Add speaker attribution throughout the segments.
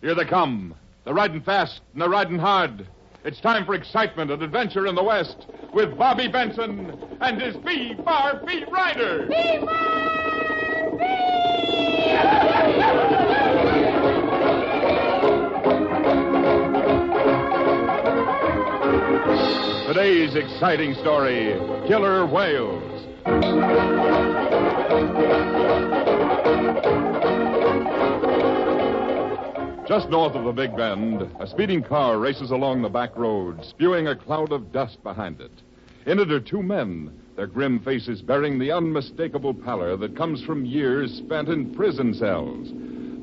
Speaker 1: Here they come. They're riding fast and they're riding hard. It's time for excitement and adventure in the West with Bobby Benson and his B Bar B Rider. Today's exciting story Killer Whales. Just north of the Big Bend, a speeding car races along the back road, spewing a cloud of dust behind it. In it are two men, their grim faces bearing the unmistakable pallor that comes from years spent in prison cells.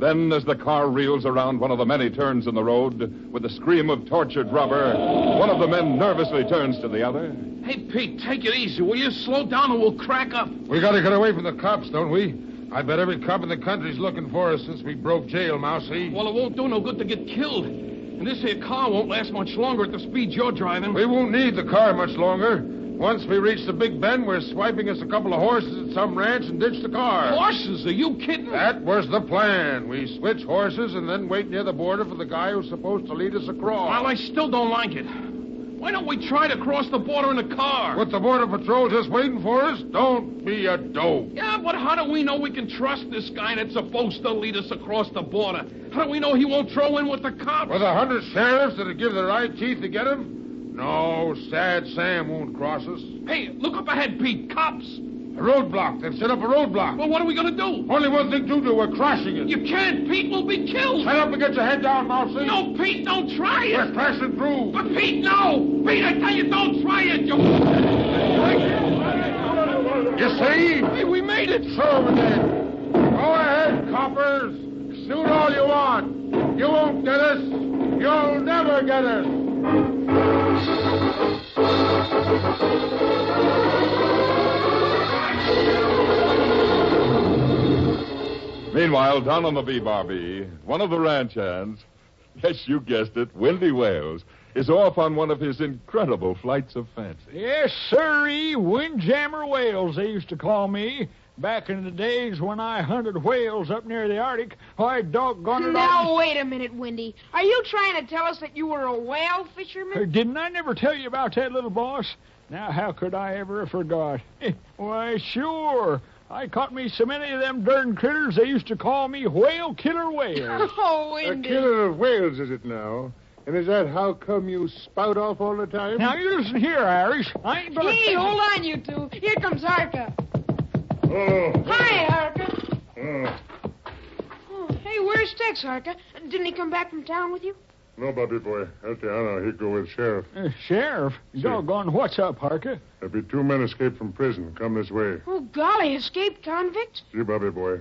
Speaker 1: Then, as the car reels around one of the many turns in the road, with a scream of tortured rubber, one of the men nervously turns to the other.
Speaker 2: Hey, Pete, take it easy, will you? Slow down or we'll crack up.
Speaker 3: We gotta get away from the cops, don't we? I bet every cop in the country's looking for us since we broke jail, Mousy.
Speaker 2: Well, it won't do no good to get killed. And this here car won't last much longer at the speed you're driving.
Speaker 3: We won't need the car much longer. Once we reach the Big Bend, we're swiping us a couple of horses at some ranch and ditch the car.
Speaker 2: Horses, are you kidding?
Speaker 3: That was the plan. We switch horses and then wait near the border for the guy who's supposed to lead us across.
Speaker 2: Well, I still don't like it. Why don't we try to cross the border in a car?
Speaker 3: With the border patrol just waiting for us, don't be a dope.
Speaker 2: Yeah, but how do we know we can trust this guy that's supposed to lead us across the border? How do we know he won't throw in with the cops?
Speaker 3: With a hundred sheriffs that'd give their eye teeth to get him? No, sad Sam won't cross us.
Speaker 2: Hey, look up ahead, Pete. Cops.
Speaker 3: A roadblock. They've set up a roadblock.
Speaker 2: Well, what are we going to do?
Speaker 3: Only one thing to do. We're crossing it.
Speaker 2: You can't. Pete will be killed.
Speaker 3: Shut up and get your head down, Mousy.
Speaker 2: No, Pete, don't try it.
Speaker 3: We're crashing through.
Speaker 2: But Pete, no! Pete, I tell you, don't try it, you.
Speaker 3: You see?
Speaker 2: Hey, we made it!
Speaker 3: Show them then. Go ahead, coppers. Shoot all you want. You won't get us. You'll never get us.
Speaker 1: Meanwhile, down on the BBRB, one of the ranch hands, yes, you guessed it, Windy Wales, is off on one of his incredible flights of fancy.
Speaker 4: Yes, sirree, Windjammer whales, they used to call me. Back in the days when I hunted whales up near the Arctic, I doggone it
Speaker 5: Now,
Speaker 4: all.
Speaker 5: wait a minute, Wendy. Are you trying to tell us that you were a whale fisherman?
Speaker 4: Didn't I never tell you about that little boss? Now, how could I ever have forgot? Why, sure. I caught me so many of them darn critters, they used to call me Whale Killer Whale.
Speaker 5: Oh,
Speaker 3: A
Speaker 5: Wendy.
Speaker 3: killer of whales, is it now? And is that how come you spout off all the time?
Speaker 4: now, you listen here, Irish. I ain't gonna...
Speaker 5: Hey, hold on, you two. Here comes Harka.
Speaker 3: Oh,
Speaker 5: Hi, Harka.
Speaker 3: oh.
Speaker 5: Oh, hey, where's Tex, Harka? Didn't he come back from town with you?
Speaker 3: No, Bobby boy. Altiano, he'd go with Sheriff.
Speaker 4: Uh, Sheriff, doggone, what's up, Harker?
Speaker 3: There'll be two men escaped from prison. Come this way.
Speaker 5: Oh, golly, escaped convict?
Speaker 3: See, Bobby boy.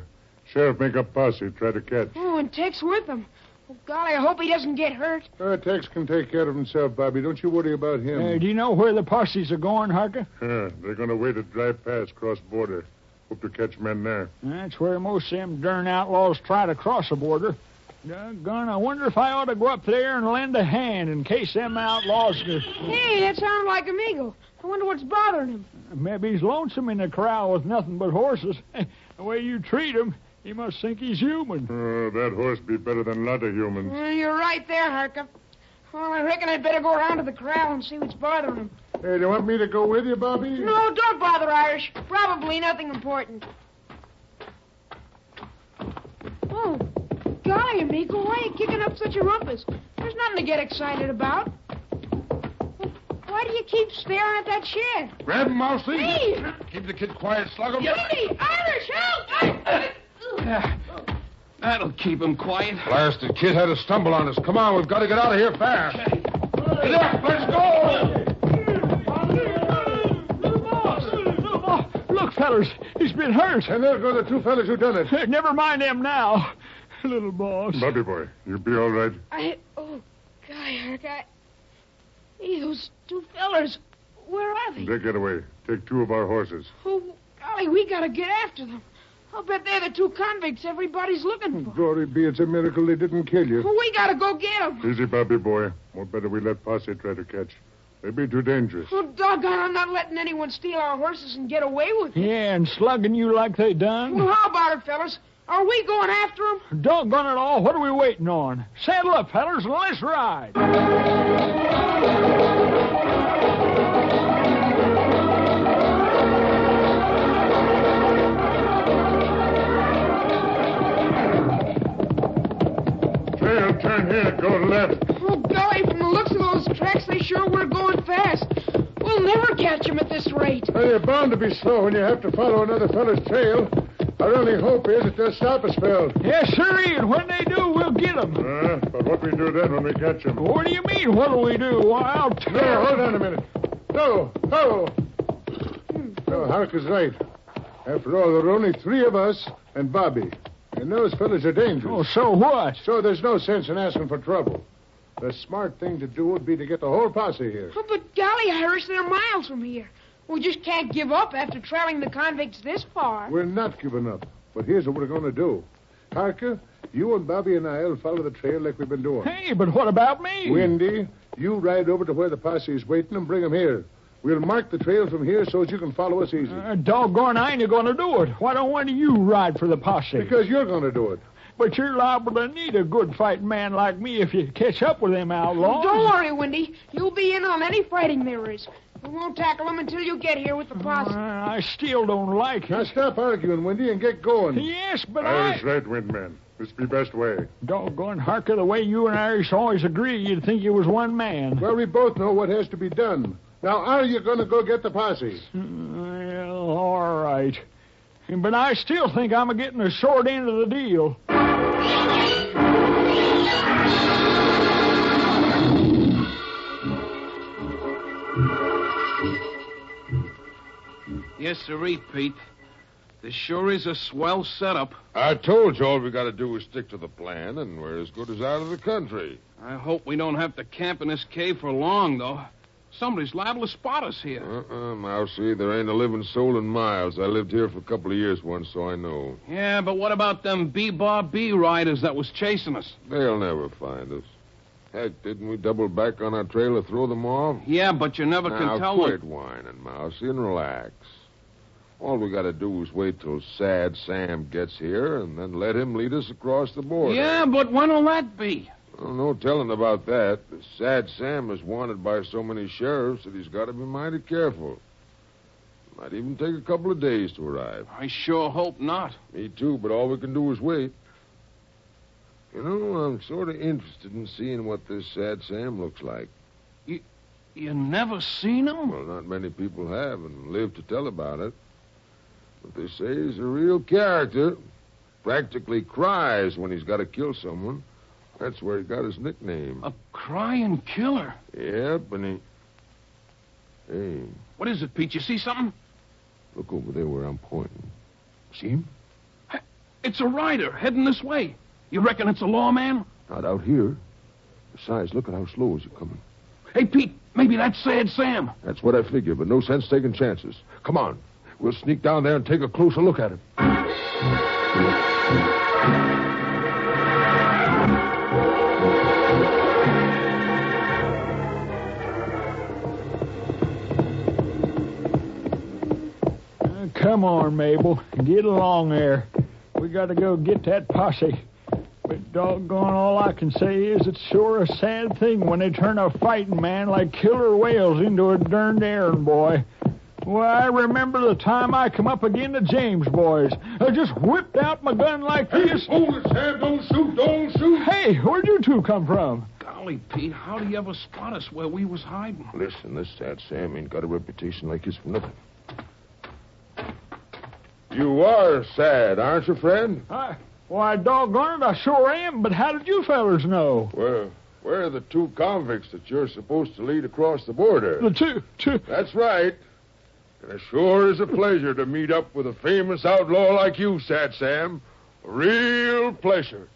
Speaker 3: Sheriff make up posse. Try to catch.
Speaker 5: Oh, and Tex with him. Oh, golly, I hope he doesn't get hurt.
Speaker 3: Uh, Tex can take care of himself, Bobby. Don't you worry about him.
Speaker 4: Uh, do you know where the posses are going, Harker?
Speaker 3: Yeah, they're going to wait at Dry Pass cross border. Hope to catch men there.
Speaker 4: That's where most of them darn outlaws try to cross the border. Doggone, I wonder if I ought to go up there and lend a hand in case them outlaws.
Speaker 5: Hey, that sounds like Amigo. I wonder what's bothering him.
Speaker 4: Maybe he's lonesome in the corral with nothing but horses. the way you treat him, he must think he's human.
Speaker 3: Oh, that horse be better than a lot of humans.
Speaker 5: Uh, you're right there, Harka. Well, I reckon I'd better go around to the corral and see what's bothering him.
Speaker 3: Hey, do you want me to go with you, Bobby?
Speaker 5: No, don't bother, Irish. Probably nothing important. Oh, golly, amigo, why are you kicking up such a rumpus? There's nothing to get excited about. Why do you keep staring at that shed?
Speaker 3: Grab him, Mousy.
Speaker 5: Hey!
Speaker 3: Keep the kid quiet, slug him.
Speaker 5: Wendy, Irish, help! I...
Speaker 2: That'll keep him quiet.
Speaker 3: Blasted kid had a stumble on us. Come on, we've got to get out of here fast. Get up, let's go.
Speaker 4: Look, fellas, he's been hurt.
Speaker 3: And there go the two fellas who done it.
Speaker 4: Never mind them now, little boss.
Speaker 3: Bobby boy, you be all right.
Speaker 5: I... Oh, golly, Eric, I... Hey, those two fellers, where are they?
Speaker 3: They get away. Take two of our horses.
Speaker 5: Oh, golly, we gotta get after them. I'll bet they're the two convicts everybody's looking for.
Speaker 3: Glory be, it's a miracle they didn't kill you.
Speaker 5: Well, we gotta go get them.
Speaker 3: Easy, Bobby boy. More better we let Posse try to catch. They be too dangerous.
Speaker 5: Well, doggone, I'm not letting anyone steal our horses and get away with it.
Speaker 4: Yeah, and slugging you like they done?
Speaker 5: Well, how about it, fellas? Are we going after him?
Speaker 4: Doggone it all, what are we waiting on? Saddle up, fellers, and let's ride.
Speaker 3: Trail, turn here, go left.
Speaker 5: Oh, golly, from the looks of those tracks, they sure were going fast. We'll never catch him at this rate.
Speaker 3: Well, you're bound to be slow when you have to follow another fellow's trail. Our only hope is that they'll stop a spell.
Speaker 4: Yes, sir, and when they do, we'll get 'em.
Speaker 3: Uh, but what we do then when we catch them? No,
Speaker 4: What do you mean, what do we do? Why, I'll tell
Speaker 3: hold on a minute. No, no. No, Hark is right. After all, there are only three of us and Bobby. And those fellows are
Speaker 4: Oh,
Speaker 3: dangerous.
Speaker 4: so what?
Speaker 3: So there's no sense in asking for trouble. The smart thing to do would be to get the whole posse here.
Speaker 5: Oh, but golly, Harris, they're miles from here. We just can't give up after trailing the convicts this far.
Speaker 3: We're not giving up. But here's what we're going to do. Harker, you and Bobby and I'll follow the trail like we've been doing.
Speaker 4: Hey, but what about me?
Speaker 3: Windy, you ride over to where the posse is waiting and bring 'em here. We'll mark the trail from here so as you can follow us easy.
Speaker 4: Uh, doggone, I ain't gonna do it. Why don't one of you ride for the posse?
Speaker 3: Because you're going to do it.
Speaker 4: But you're liable to need a good fighting man like me if you catch up with them outlaws.
Speaker 5: Don't worry, Wendy. You'll be in on any fighting there is. We won't tackle them until you get here with the
Speaker 4: Uh,
Speaker 5: posse.
Speaker 4: I still don't like
Speaker 3: Now
Speaker 4: it.
Speaker 3: stop arguing, Windy, and get going.
Speaker 4: Yes, but I...
Speaker 3: right, Windman. This be best way.
Speaker 4: Doggone, Harker, the way you and Irish always agree, you'd think you was one man.
Speaker 3: Well, we both know what has to be done. Now, are you going to go get the posse?
Speaker 4: Mm, Well, all right. But I still think I'm getting the short end of the deal.
Speaker 2: Yes, sirree, Pete. This sure is a swell setup.
Speaker 6: I told you all we got to do is stick to the plan, and we're as good as out of the country.
Speaker 2: I hope we don't have to camp in this cave for long, though. Somebody's liable to spot us here.
Speaker 6: Uh-uh, Mousie, there ain't a living soul in miles. I lived here for a couple of years once, so I know.
Speaker 2: Yeah, but what about them B-Bar B riders that was chasing us?
Speaker 6: They'll never find us. Heck, didn't we double back on our trail to throw them off?
Speaker 2: Yeah, but you never
Speaker 6: now,
Speaker 2: can tell
Speaker 6: quit
Speaker 2: them.
Speaker 6: whining, Mousie, and relax. All we got to do is wait till Sad Sam gets here, and then let him lead us across the border.
Speaker 2: Yeah, but when'll that be?
Speaker 6: Well, no telling about that. Sad Sam is wanted by so many sheriffs that he's got to be mighty careful. Might even take a couple of days to arrive.
Speaker 2: I sure hope not.
Speaker 6: Me too, but all we can do is wait. You know, I'm sort of interested in seeing what this Sad Sam looks like.
Speaker 2: You never seen him?
Speaker 6: Well, not many people have and live to tell about it. But they say he's a real character. Practically cries when he's got to kill someone. That's where he got his nickname.
Speaker 2: A crying killer.
Speaker 6: Yep, and he. Hey,
Speaker 2: What is it, Pete? You see something?
Speaker 6: look over there where I'm pointing.
Speaker 2: See him? It's a rider heading this way. You reckon it's a lawman?
Speaker 6: Not out here. Besides, look at how slow he's coming.
Speaker 2: Hey, Pete, maybe that's Sad Sam.
Speaker 6: That's what I figure, but no sense taking chances. Come on. We'll sneak down there and take a closer look at him.
Speaker 4: Uh, come on, Mabel. Get along there. We got to go get that posse. But doggone, all I can say is it's sure a sad thing when they turn a fighting man like Killer Whales into a darned errand boy. Why, I remember the time I come up again to James boys. I just whipped out my gun like this.
Speaker 3: Hold it, Sam. Don't shoot. Don't shoot.
Speaker 4: Hey, where'd you two come from?
Speaker 2: Golly, Pete, how do you ever spot us where we was hiding?
Speaker 6: Listen, this sad Sam ain't got a reputation like his for nothing. You are sad, aren't you, friend?
Speaker 4: I, why, doggone it, I sure am. But how did you fellers know?
Speaker 6: Well, where are the two convicts that you're supposed to lead across the border?
Speaker 4: The two, two,
Speaker 6: That's right. And it sure is a pleasure to meet up with a famous outlaw like you, Sad Sam. A real pleasure.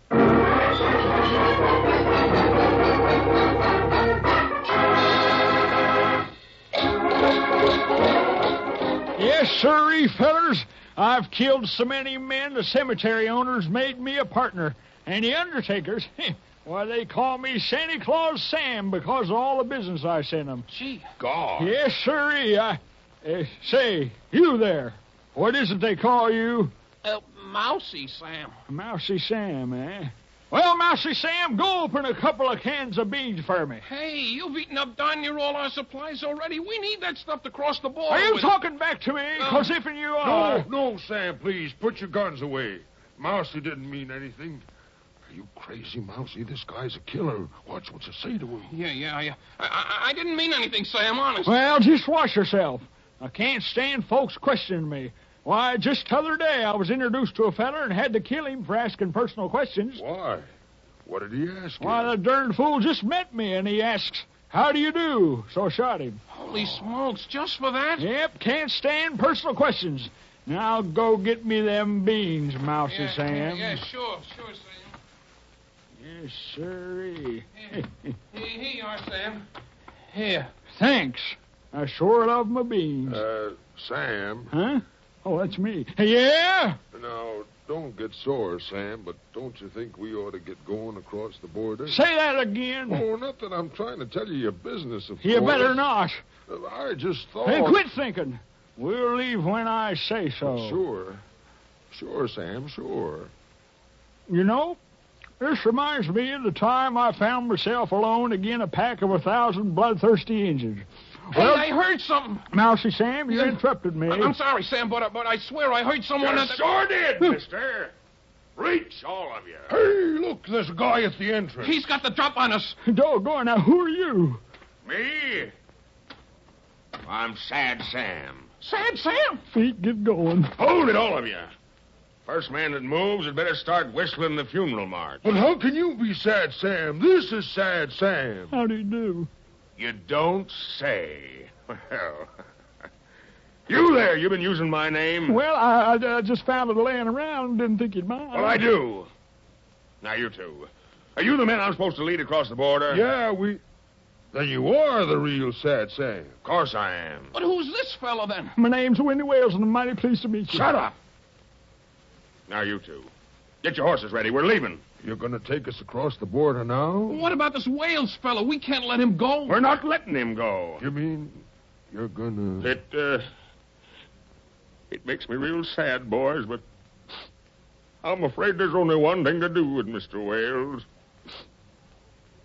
Speaker 4: Yes, sirree, fellers. I've killed so many men the cemetery owners made me a partner. And the undertakers, why, they call me Santa Claus Sam because of all the business I sent them.
Speaker 2: Gee,
Speaker 6: God.
Speaker 4: Yes, sirree. I, eh, say, you there. What is it they call you?
Speaker 2: uh, Mousy Sam.
Speaker 4: Mousy Sam, eh? Well, Mousy Sam, go open a couple of cans of beans for me.
Speaker 2: Hey, you've eaten up darn near all our supplies already. We need that stuff to cross the border.
Speaker 4: Are you
Speaker 2: Oh, with.
Speaker 4: talking back to me? Because if you are.
Speaker 6: No, no, Sam, please. Put your guns away. Mousy didn't mean anything. Are you crazy, Mousy? This guy's a killer. Watch what you say to him.
Speaker 2: Yeah, yeah, yeah. I, I, I didn't mean anything, Sam, honest.
Speaker 4: Well, just wash yourself. I can't stand folks questioning me. Why, just t'other day I was introduced to a feller and had to kill him for asking personal questions.
Speaker 6: Why? What did he ask you?
Speaker 4: Why, the darn fool just met me and he asks, How do you do? So I shot him.
Speaker 2: Holy smokes, just for that?
Speaker 4: Yep, can't stand personal questions. Now go get me them beans, Mousy
Speaker 2: yeah,
Speaker 4: Sam.
Speaker 2: Yeah, sure, sure, Sam.
Speaker 4: Yes, sirree.
Speaker 2: Here, here you are, Sam. Here.
Speaker 4: Thanks. I sure love my beans.
Speaker 6: Uh, Sam.
Speaker 4: huh? Oh, that's me. Yeah?
Speaker 6: Now, don't get sore, Sam, but don't you think we ought to get going across the border?
Speaker 4: Say that again.
Speaker 6: Oh, not that I'm trying to tell you your business, of
Speaker 4: you
Speaker 6: course.
Speaker 4: better not.
Speaker 6: Uh, I just thought.
Speaker 4: Hey, quit thinking. Oh. We'll leave when I say so.
Speaker 6: Sure. Sure, Sam, sure.
Speaker 4: You know, this reminds me of the time I found myself alone again a pack of a thousand bloodthirsty Indians. Well,
Speaker 2: hey, I heard something.
Speaker 4: Mousy Sam, you
Speaker 2: Yeah.
Speaker 4: interrupted me.
Speaker 6: Uh-uh.
Speaker 2: I- I'm sorry, Sam, but, I- but I swear I heard someone.
Speaker 6: You
Speaker 2: at the-
Speaker 6: sure did, mister. Reach, all of you. Hey, look, there's a guy at the entrance.
Speaker 2: He's got the drop on us.
Speaker 4: Doggone, now who are you?
Speaker 6: Me? I'm Sad Sam.
Speaker 2: Sad Sam.
Speaker 4: Feet, get going.
Speaker 6: Hold it, all of you. First man that moves had better start whistling the funeral march. But how can you be Sad Sam? This is Sad Sam.
Speaker 4: How do you do?
Speaker 6: You don't say. Well. You there, you've been using my name.
Speaker 4: Well, I, I, I just found it laying around and didn't think you'd mind.
Speaker 6: Well, I do. Now, you two. Are you the men I'm supposed to lead across the border? Yeah, we. Then you are the real Sad Sam. Of course I am.
Speaker 2: But who's this fella then?
Speaker 4: My name's Wendy Wales, and I'm mighty pleased to meet you.
Speaker 6: Shut up. Now, you two. Get your horses ready. We're leaving. You're going to take us across the border now?
Speaker 2: What about this Wales fella? We can't let him go.
Speaker 6: We're not letting him go. You mean you're going to. It, uh. It makes me real sad, boys, but. I'm afraid there's only one thing to do with Mr. Wales.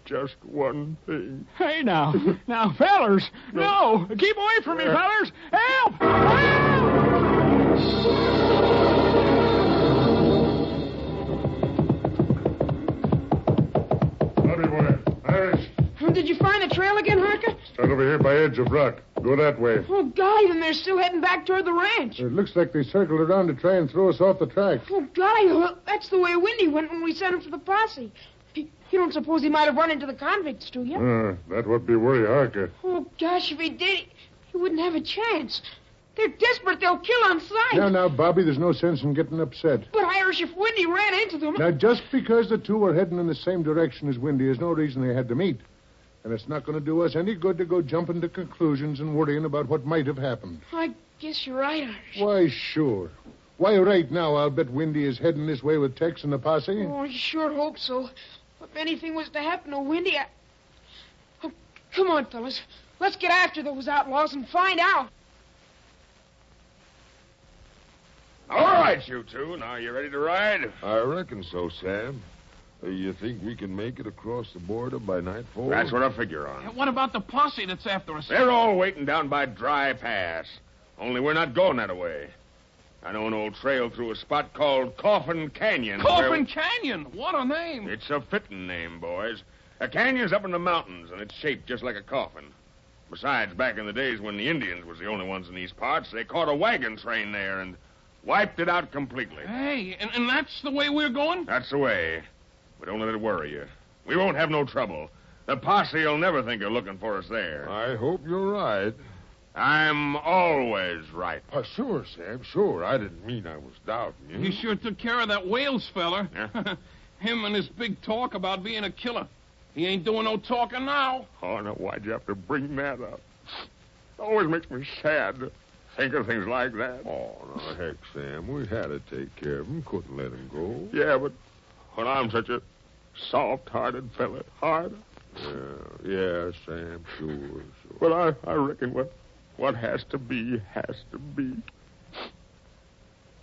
Speaker 6: Just one thing.
Speaker 4: Hey, now. now, fellers. No. Keep away from me, fellers. Help!
Speaker 3: Howdy, boy. Irish.
Speaker 5: Oh, Did you find the trail again, Harker?
Speaker 3: Start over here by edge of rock. Go that way.
Speaker 5: Oh, golly, then they're still heading back toward the ranch.
Speaker 3: It looks like they circled around to try and throw us off the tracks.
Speaker 5: Oh, golly, well, that's the way Windy went when we sent him for the posse. You you don't suppose he might have run into the convicts, do you?
Speaker 3: Uh, that would be worry Harker.
Speaker 5: Oh, gosh, if he did, he wouldn't have a chance. They're desperate. They'll kill on sight.
Speaker 3: Now, now, Bobby, there's no sense in getting upset.
Speaker 5: But Irish, if Windy ran into them,
Speaker 3: Now, just because the two are heading in the same direction as Windy is no reason they had to meet. And it's not going to do us any good to go jumping to conclusions and worrying about what might have happened.
Speaker 5: I guess you're right, Irish.
Speaker 3: Why, sure. Why, right now, I'll bet Windy is heading this way with Tex and the posse.
Speaker 5: Oh, I sure hope so. If anything was to happen to Windy, I... Oh, come on, fellas. Let's get after those outlaws and find out.
Speaker 6: All right, you two. Now you ready to ride? I reckon so, Sam. Uh, you think we can make it across the border by nightfall? That's what I figure on.
Speaker 2: And What about the posse that's after us?
Speaker 6: They're all waiting down by Dry Pass. Only we're not going that way. I know an old trail through a spot called Coffin Canyon. where-
Speaker 2: Coffin Canyon. What a name.
Speaker 6: It's a fitting name, boys. A canyon's up in the mountains, and it's shaped just like a coffin. Besides, back in the days when the Indians was the only ones in these parts, they caught a wagon train there and wiped it out completely.
Speaker 2: Hey, and, and that's the way we're going?
Speaker 6: That's the way. But don't let it worry you. We won't have no trouble. The posse'll never think of looking for us there. I hope you're right. I'm always right. Uh, sure, Sam, sure. I didn't mean I was doubting
Speaker 2: You sure took care of that Wales feller.
Speaker 6: Yeah.
Speaker 2: him and his big talk about being a killer. He ain't doing no talking now.
Speaker 6: Oh, now why'd you have to bring that up? Always makes me sad to think of things like that. Oh, no, heck, Sam. We had to take care of him. Couldn't let him go. Yeah, but when I'm such a soft-hearted fella, hard. Yeah, yeah, Sam, sure, sure. Well, I, I reckon what what has to be has to be.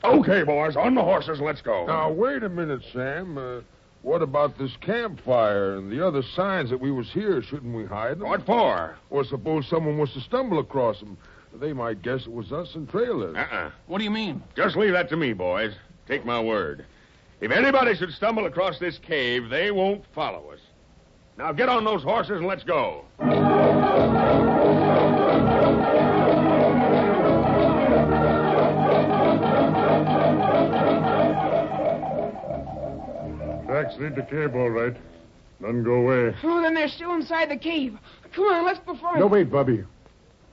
Speaker 6: Okay, boys, on the horses, let's go.
Speaker 7: Now, wait a minute, Sam. Uh, what about this campfire and the other signs that we was here? Shouldn't we hide them?
Speaker 6: What for?
Speaker 7: Or suppose someone was to stumble across them. They might guess it was us and trail us.
Speaker 6: Uh-uh.
Speaker 2: What do you mean?
Speaker 6: Just leave that to me, boys. Take my word. If anybody should stumble across this cave, they won't follow us. Now get on those horses and let's go.
Speaker 3: Tracks lead to cave, all right. None go away.
Speaker 5: Oh, then they're still inside the cave. Come on, let's before
Speaker 3: No,
Speaker 5: him.
Speaker 3: wait, Bobby.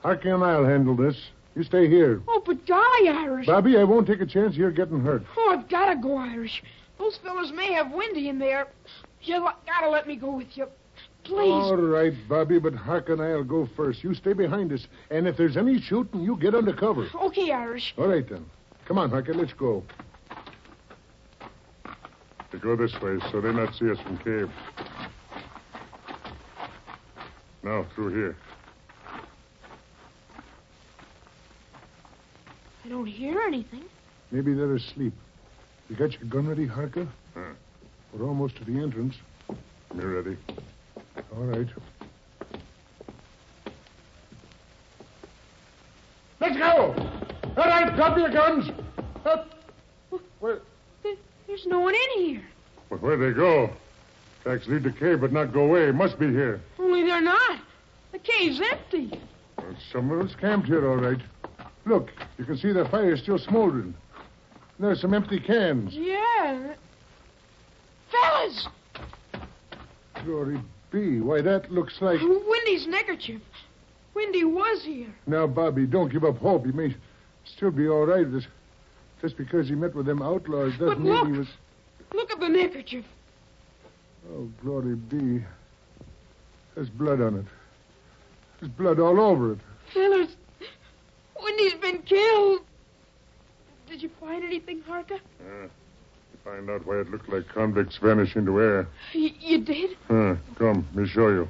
Speaker 3: Harky and I'll handle this. You stay here.
Speaker 5: Oh, but golly, Irish.
Speaker 3: Bobby, I won't take a chance you're getting hurt.
Speaker 5: Oh, I've got to go, Irish. Those fellas may have Windy in there. You lo- gotta let me go with you. Please.
Speaker 3: All right, Bobby, but Hark and I'll go first. You stay behind us, and if there's any shooting, you get under cover.
Speaker 5: Okay, Irish.
Speaker 3: All right, then. Come on, Harker, let's go.
Speaker 8: To go this way so they not see us from cave. Now, through here.
Speaker 5: I don't hear anything.
Speaker 3: Maybe they're asleep. You got your gun ready, Harker?
Speaker 8: Huh.
Speaker 3: We're almost to the entrance.
Speaker 8: Me ready.
Speaker 3: All right. Let's go! All right, drop your guns! Up.
Speaker 5: There- There's no one in here.
Speaker 8: But where'd they go? Tracks lead to cave, but not go away. Must be here.
Speaker 5: Only they're not. The cave's empty.
Speaker 3: Well, some of us camped here, all right. Look, you can see the fire is still smoldering. There's some empty cans.
Speaker 5: Yeah. Fellas!
Speaker 3: Glory be. Why, that looks like.
Speaker 5: Windy's neckerchief. Windy was here.
Speaker 3: Now, Bobby, don't give up hope. He may still be all right. Just, just because he met with them outlaws doesn't
Speaker 5: But
Speaker 3: mean
Speaker 5: look.
Speaker 3: he was.
Speaker 5: Look at the neckerchief.
Speaker 3: Oh, glory be. There's blood on it. There's blood all over it.
Speaker 5: Fellas, Windy's been killed. Did you find anything, Harker?
Speaker 8: Find out why it looked like convicts vanish into air.
Speaker 5: Y- you did?
Speaker 8: Huh. Come, me show you.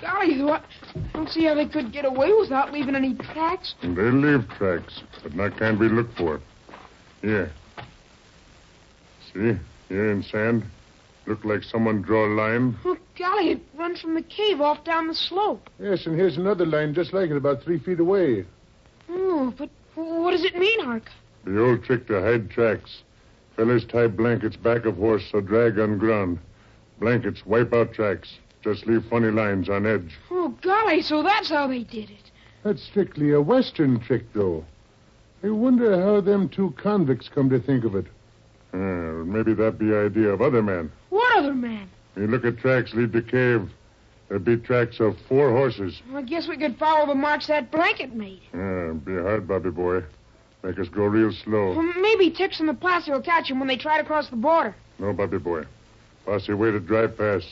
Speaker 5: Golly, though, I don't see how they could get away without leaving any tracks.
Speaker 8: And they leave tracks, but not can be looked for. Here. See? Here in sand. Look like someone draw a line.
Speaker 5: Oh, golly, it runs from the cave off down the slope.
Speaker 3: Yes, and here's another line just like it, about three feet away.
Speaker 5: Oh, but what does it mean, Harker?
Speaker 8: The old trick to hide tracks. Fellas tie blankets back of horse so drag on ground. Blankets wipe out tracks. Just leave funny lines on edge.
Speaker 5: Oh, golly, so that's how they did it.
Speaker 3: That's strictly a Western trick, though. I wonder how them two convicts come to think of it.
Speaker 8: Uh, maybe that be idea of other men.
Speaker 5: What other man?
Speaker 8: You look at tracks lead to cave. There'd be tracks of four horses.
Speaker 5: I guess we could follow the marks that blanket made.
Speaker 8: Uh, be hard, Bobby boy. Make us go real slow.
Speaker 5: Well, maybe Tix and the posse will catch him when they try to cross the border.
Speaker 8: No, Bobby boy. Posse way to dry pass.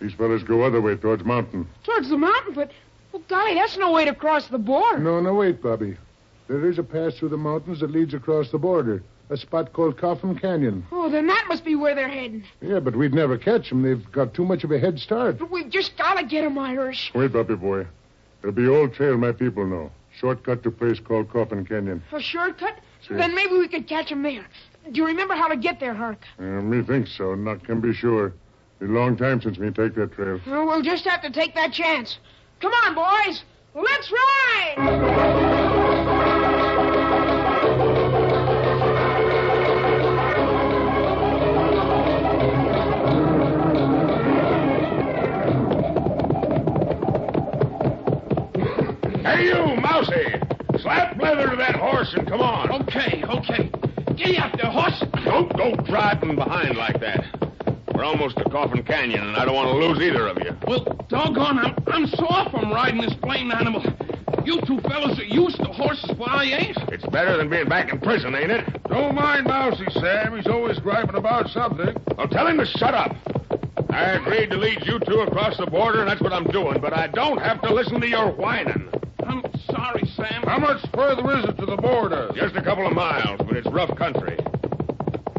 Speaker 8: These fellas go other way towards mountain.
Speaker 5: Towards the mountain, but, oh, golly, that's no way to cross the border.
Speaker 3: No, no, wait, Bobby. There is a pass through the mountains that leads across the border, a spot called Coffin Canyon.
Speaker 5: Oh, then that must be where they're heading.
Speaker 3: Yeah, but we'd never catch them. They've got too much of a head start.
Speaker 5: But we've just got to get him, Irish.
Speaker 8: Wait, Bobby boy. There'll be old trail my people know. Shortcut to place called Coffin Canyon.
Speaker 5: A shortcut?
Speaker 8: Sure.
Speaker 5: Then maybe we could catch him there. Do you remember how to get there, Hark?
Speaker 8: Uh, me think so. Not can be sure. Be long time since me take that trail.
Speaker 5: Well, we'll just have to take that chance. Come on, boys. Let's ride!
Speaker 6: Hey, you, Mousy! Slap leather to that horse and come on.
Speaker 2: Okay, okay. Giddy up there, horse.
Speaker 6: Don't go driving behind like that. We're almost to Coffin Canyon, and I don't want to lose either of you.
Speaker 2: Well, doggone, I'm, I'm sore from riding this plane animal. You two fellas are used to horses, but I ain't.
Speaker 6: It's better than being back in prison, ain't it?
Speaker 7: Don't mind Mousy, Sam. He's always griping about something.
Speaker 6: Well, tell him to shut up. I agreed to lead you two across the border, and that's what I'm doing, but I don't have to listen to your whining.
Speaker 2: I'm sorry, Sam.
Speaker 7: How much further is it to the border?
Speaker 6: Just a couple of miles, but it's rough country.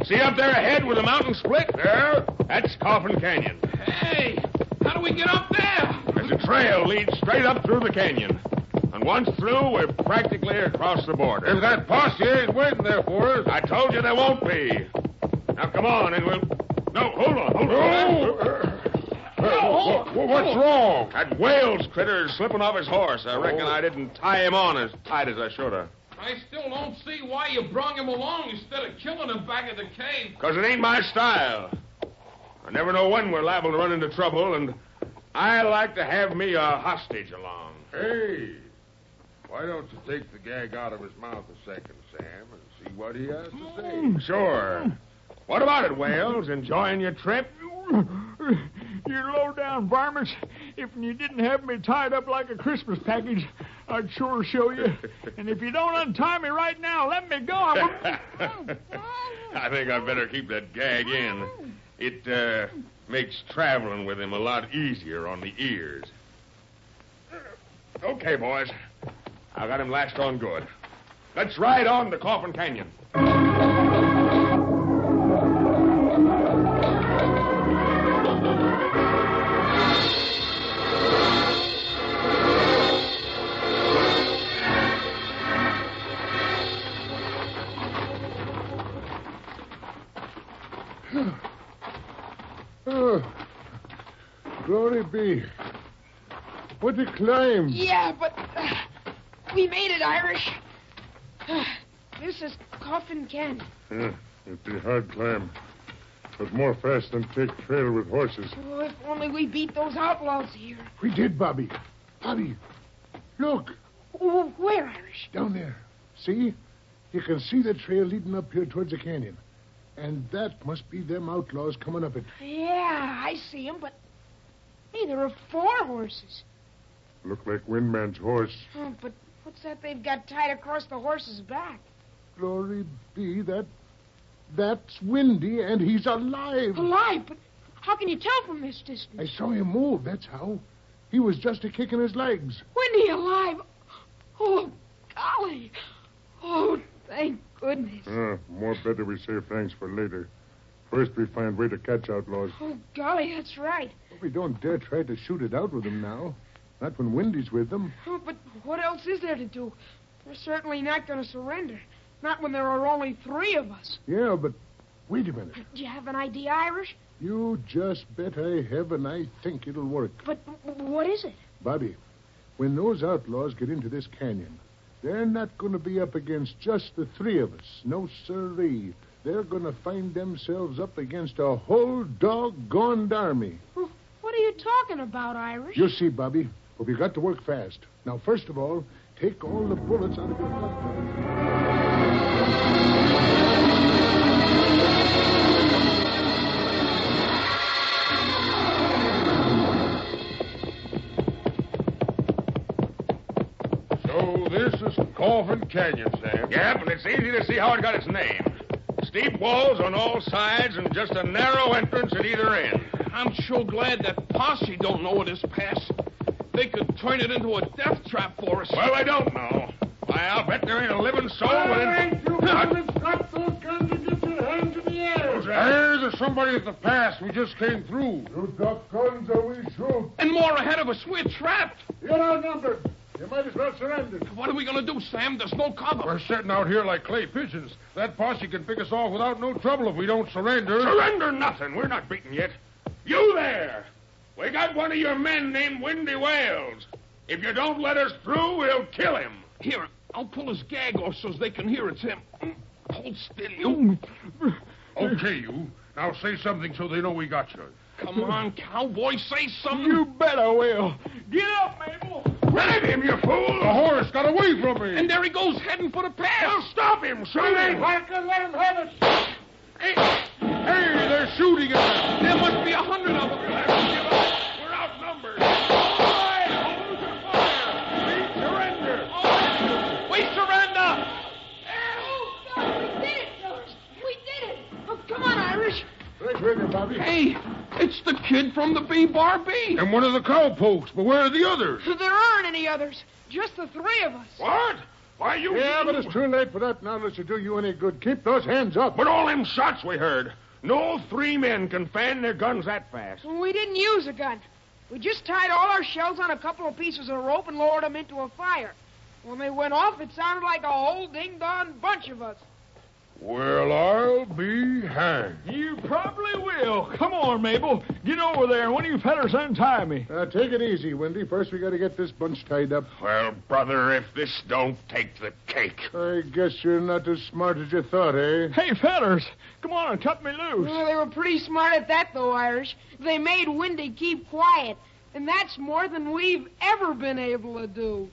Speaker 6: See up there ahead where the mountain split? There? That's Coffin Canyon.
Speaker 2: Hey, how do we get up there?
Speaker 6: There's a trail leads straight up through the canyon. And once through, we're practically across the border.
Speaker 7: If that posse ain't waiting there for us.
Speaker 6: I told you there won't be. Now come on, and we'll. No, hold on, hold
Speaker 8: Oh!
Speaker 6: on.
Speaker 7: Wha- What's wrong?
Speaker 6: That Wales critter is slipping off his horse. I reckon I didn't tie him on as tight as I should have.
Speaker 2: I still don't see why you brung him along instead of killing him back at the cave.
Speaker 6: Because it ain't my style. I never know when we're liable to run into trouble, and I like to have me a hostage along.
Speaker 7: Hey, why don't you take the gag out of his mouth a second, Sam, and see what he has to say?
Speaker 6: Sure. What about it, Wales? Enjoying your trip?
Speaker 4: You low down varmints. If you didn't have me tied up like a Christmas package, I'd sure show you. And if you don't untie me right now, let me go. I
Speaker 6: I think I'd better keep that gag in. It uh, makes traveling with him a lot easier on the ears. Okay, boys. I got him lashed on good. Let's ride on to Coffin Canyon.
Speaker 3: Oh, glory be. What a climb.
Speaker 5: Yeah, but uh, we made it, Irish. Uh, this is Coffin Canyon.
Speaker 8: Yeah, it'd be a hard climb. But more fast than take trail with horses.
Speaker 5: Oh, if only we beat those outlaws here.
Speaker 3: We did, Bobby. Bobby, look
Speaker 5: Oh, where, Irish?
Speaker 3: down there. See? You can see the trail leading up here towards the canyon. And that must be them outlaws coming up it.
Speaker 5: Yeah, I see him, but. Hey, there are four horses.
Speaker 8: Look like Windman's horse.
Speaker 5: Oh, but what's that they've got tied across the horse's back?
Speaker 3: Glory be that that's Windy and he's alive.
Speaker 5: Alive, but how can you tell from this distance?
Speaker 3: I saw him move, that's how. He was just a kicking his legs.
Speaker 5: Wendy alive. Oh, golly. Oh, thank goodness.
Speaker 8: Ah, more better we save thanks for later. First we find way to catch outlaws.
Speaker 5: Oh, golly, that's right.
Speaker 3: We don't dare try to shoot it out with them now. Not when Windy's with them.
Speaker 5: Oh, but what else is there to do? They're certainly not going to surrender. Not when there are only three of us.
Speaker 3: Yeah, but wait a minute.
Speaker 5: Do you have an idea, Irish?
Speaker 3: You just bet I have, and I think it'll work.
Speaker 5: But w- what is it?
Speaker 3: Bobby, when those outlaws get into this canyon, they're not going to be up against just the three of us. No, siree. They're going to find themselves up against a whole doggone army.
Speaker 5: Oh, What are you talking about, Irish?
Speaker 3: You'll see, Bobby. But we got to work fast. Now, first of all, take all the bullets out of your gun.
Speaker 7: So this is Coffin Canyon, Sam.
Speaker 6: Yep, and it's easy to see how it got its name. Steep walls on all sides and just a narrow entrance at either end.
Speaker 2: I'm sure glad that posse don't know of this pass. They could turn it into a death trap for us.
Speaker 6: Well, I don't know. Why, I'll bet there ain't a living soul within. Huh?
Speaker 7: There's somebody at the pass we just came through.
Speaker 8: You drop guns or we shoot.
Speaker 2: And more ahead of us. We're trapped.
Speaker 8: You're outnumbered. You might as well surrender.
Speaker 2: What are we going to do, Sam? There's no cover.
Speaker 7: We're sitting out here like clay pigeons. That posse can pick us off without no trouble if we don't surrender.
Speaker 6: Surrender nothing. We're not beaten yet. You there! We got one of your men named Windy Wales. If you don't let us through, we'll kill him.
Speaker 2: Here, I'll pull his gag off so they can hear it's him. Hold still, you.
Speaker 4: wouldn't.
Speaker 7: Okay, you. Now say something so they know we got you.
Speaker 2: Come on, cowboy, say something.
Speaker 4: You bet I will. Get up, Mabel.
Speaker 6: Grab him, you fool!
Speaker 7: The horse got away from me.
Speaker 2: And there he goes, heading for the
Speaker 6: Well,
Speaker 2: pass.
Speaker 6: stop him! Shoot him!
Speaker 7: Hey, they're shooting at us.
Speaker 2: There must be a hundred of them. We'll have to give up. We're outnumbered. Fire! Hold to fire! We surrender! We surrender!
Speaker 5: Oh, God, we did it, fellas. We did it. Oh, come on, Irish.
Speaker 3: Right with you, Bobby.
Speaker 2: Hey, it's the kid from the B-Bar-B.
Speaker 7: And one of the cowpokes, but where are the others?
Speaker 5: There aren't any others. Just the three of us.
Speaker 6: What? Why, you...
Speaker 3: Yeah, but it's too late for that now unless you do you any good. Keep those hands up.
Speaker 6: But all them shots we heard. No three men can fan their guns that fast.
Speaker 5: We didn't use a gun. We just tied all our shells on a couple of pieces of rope and lowered them into a fire. When they went off, it sounded like a whole ding dong bunch of us.
Speaker 7: Well, I'll be hanged.
Speaker 4: You probably will. Come on, Mabel. Get over there, and one of you fellers untie me.
Speaker 3: Now, Uh, take it easy, Wendy. First, we got to get this bunch tied up.
Speaker 6: Well, brother, if this don't take the cake.
Speaker 3: I guess you're not as smart as you thought, eh?
Speaker 4: Hey, fellers, come on and cut me loose.
Speaker 5: Well, they were pretty smart at that, though, Irish. They made Windy keep quiet, and that's more than we've ever been able to do.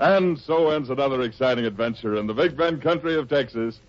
Speaker 1: And so ends another exciting adventure in the Big Bend country of Texas.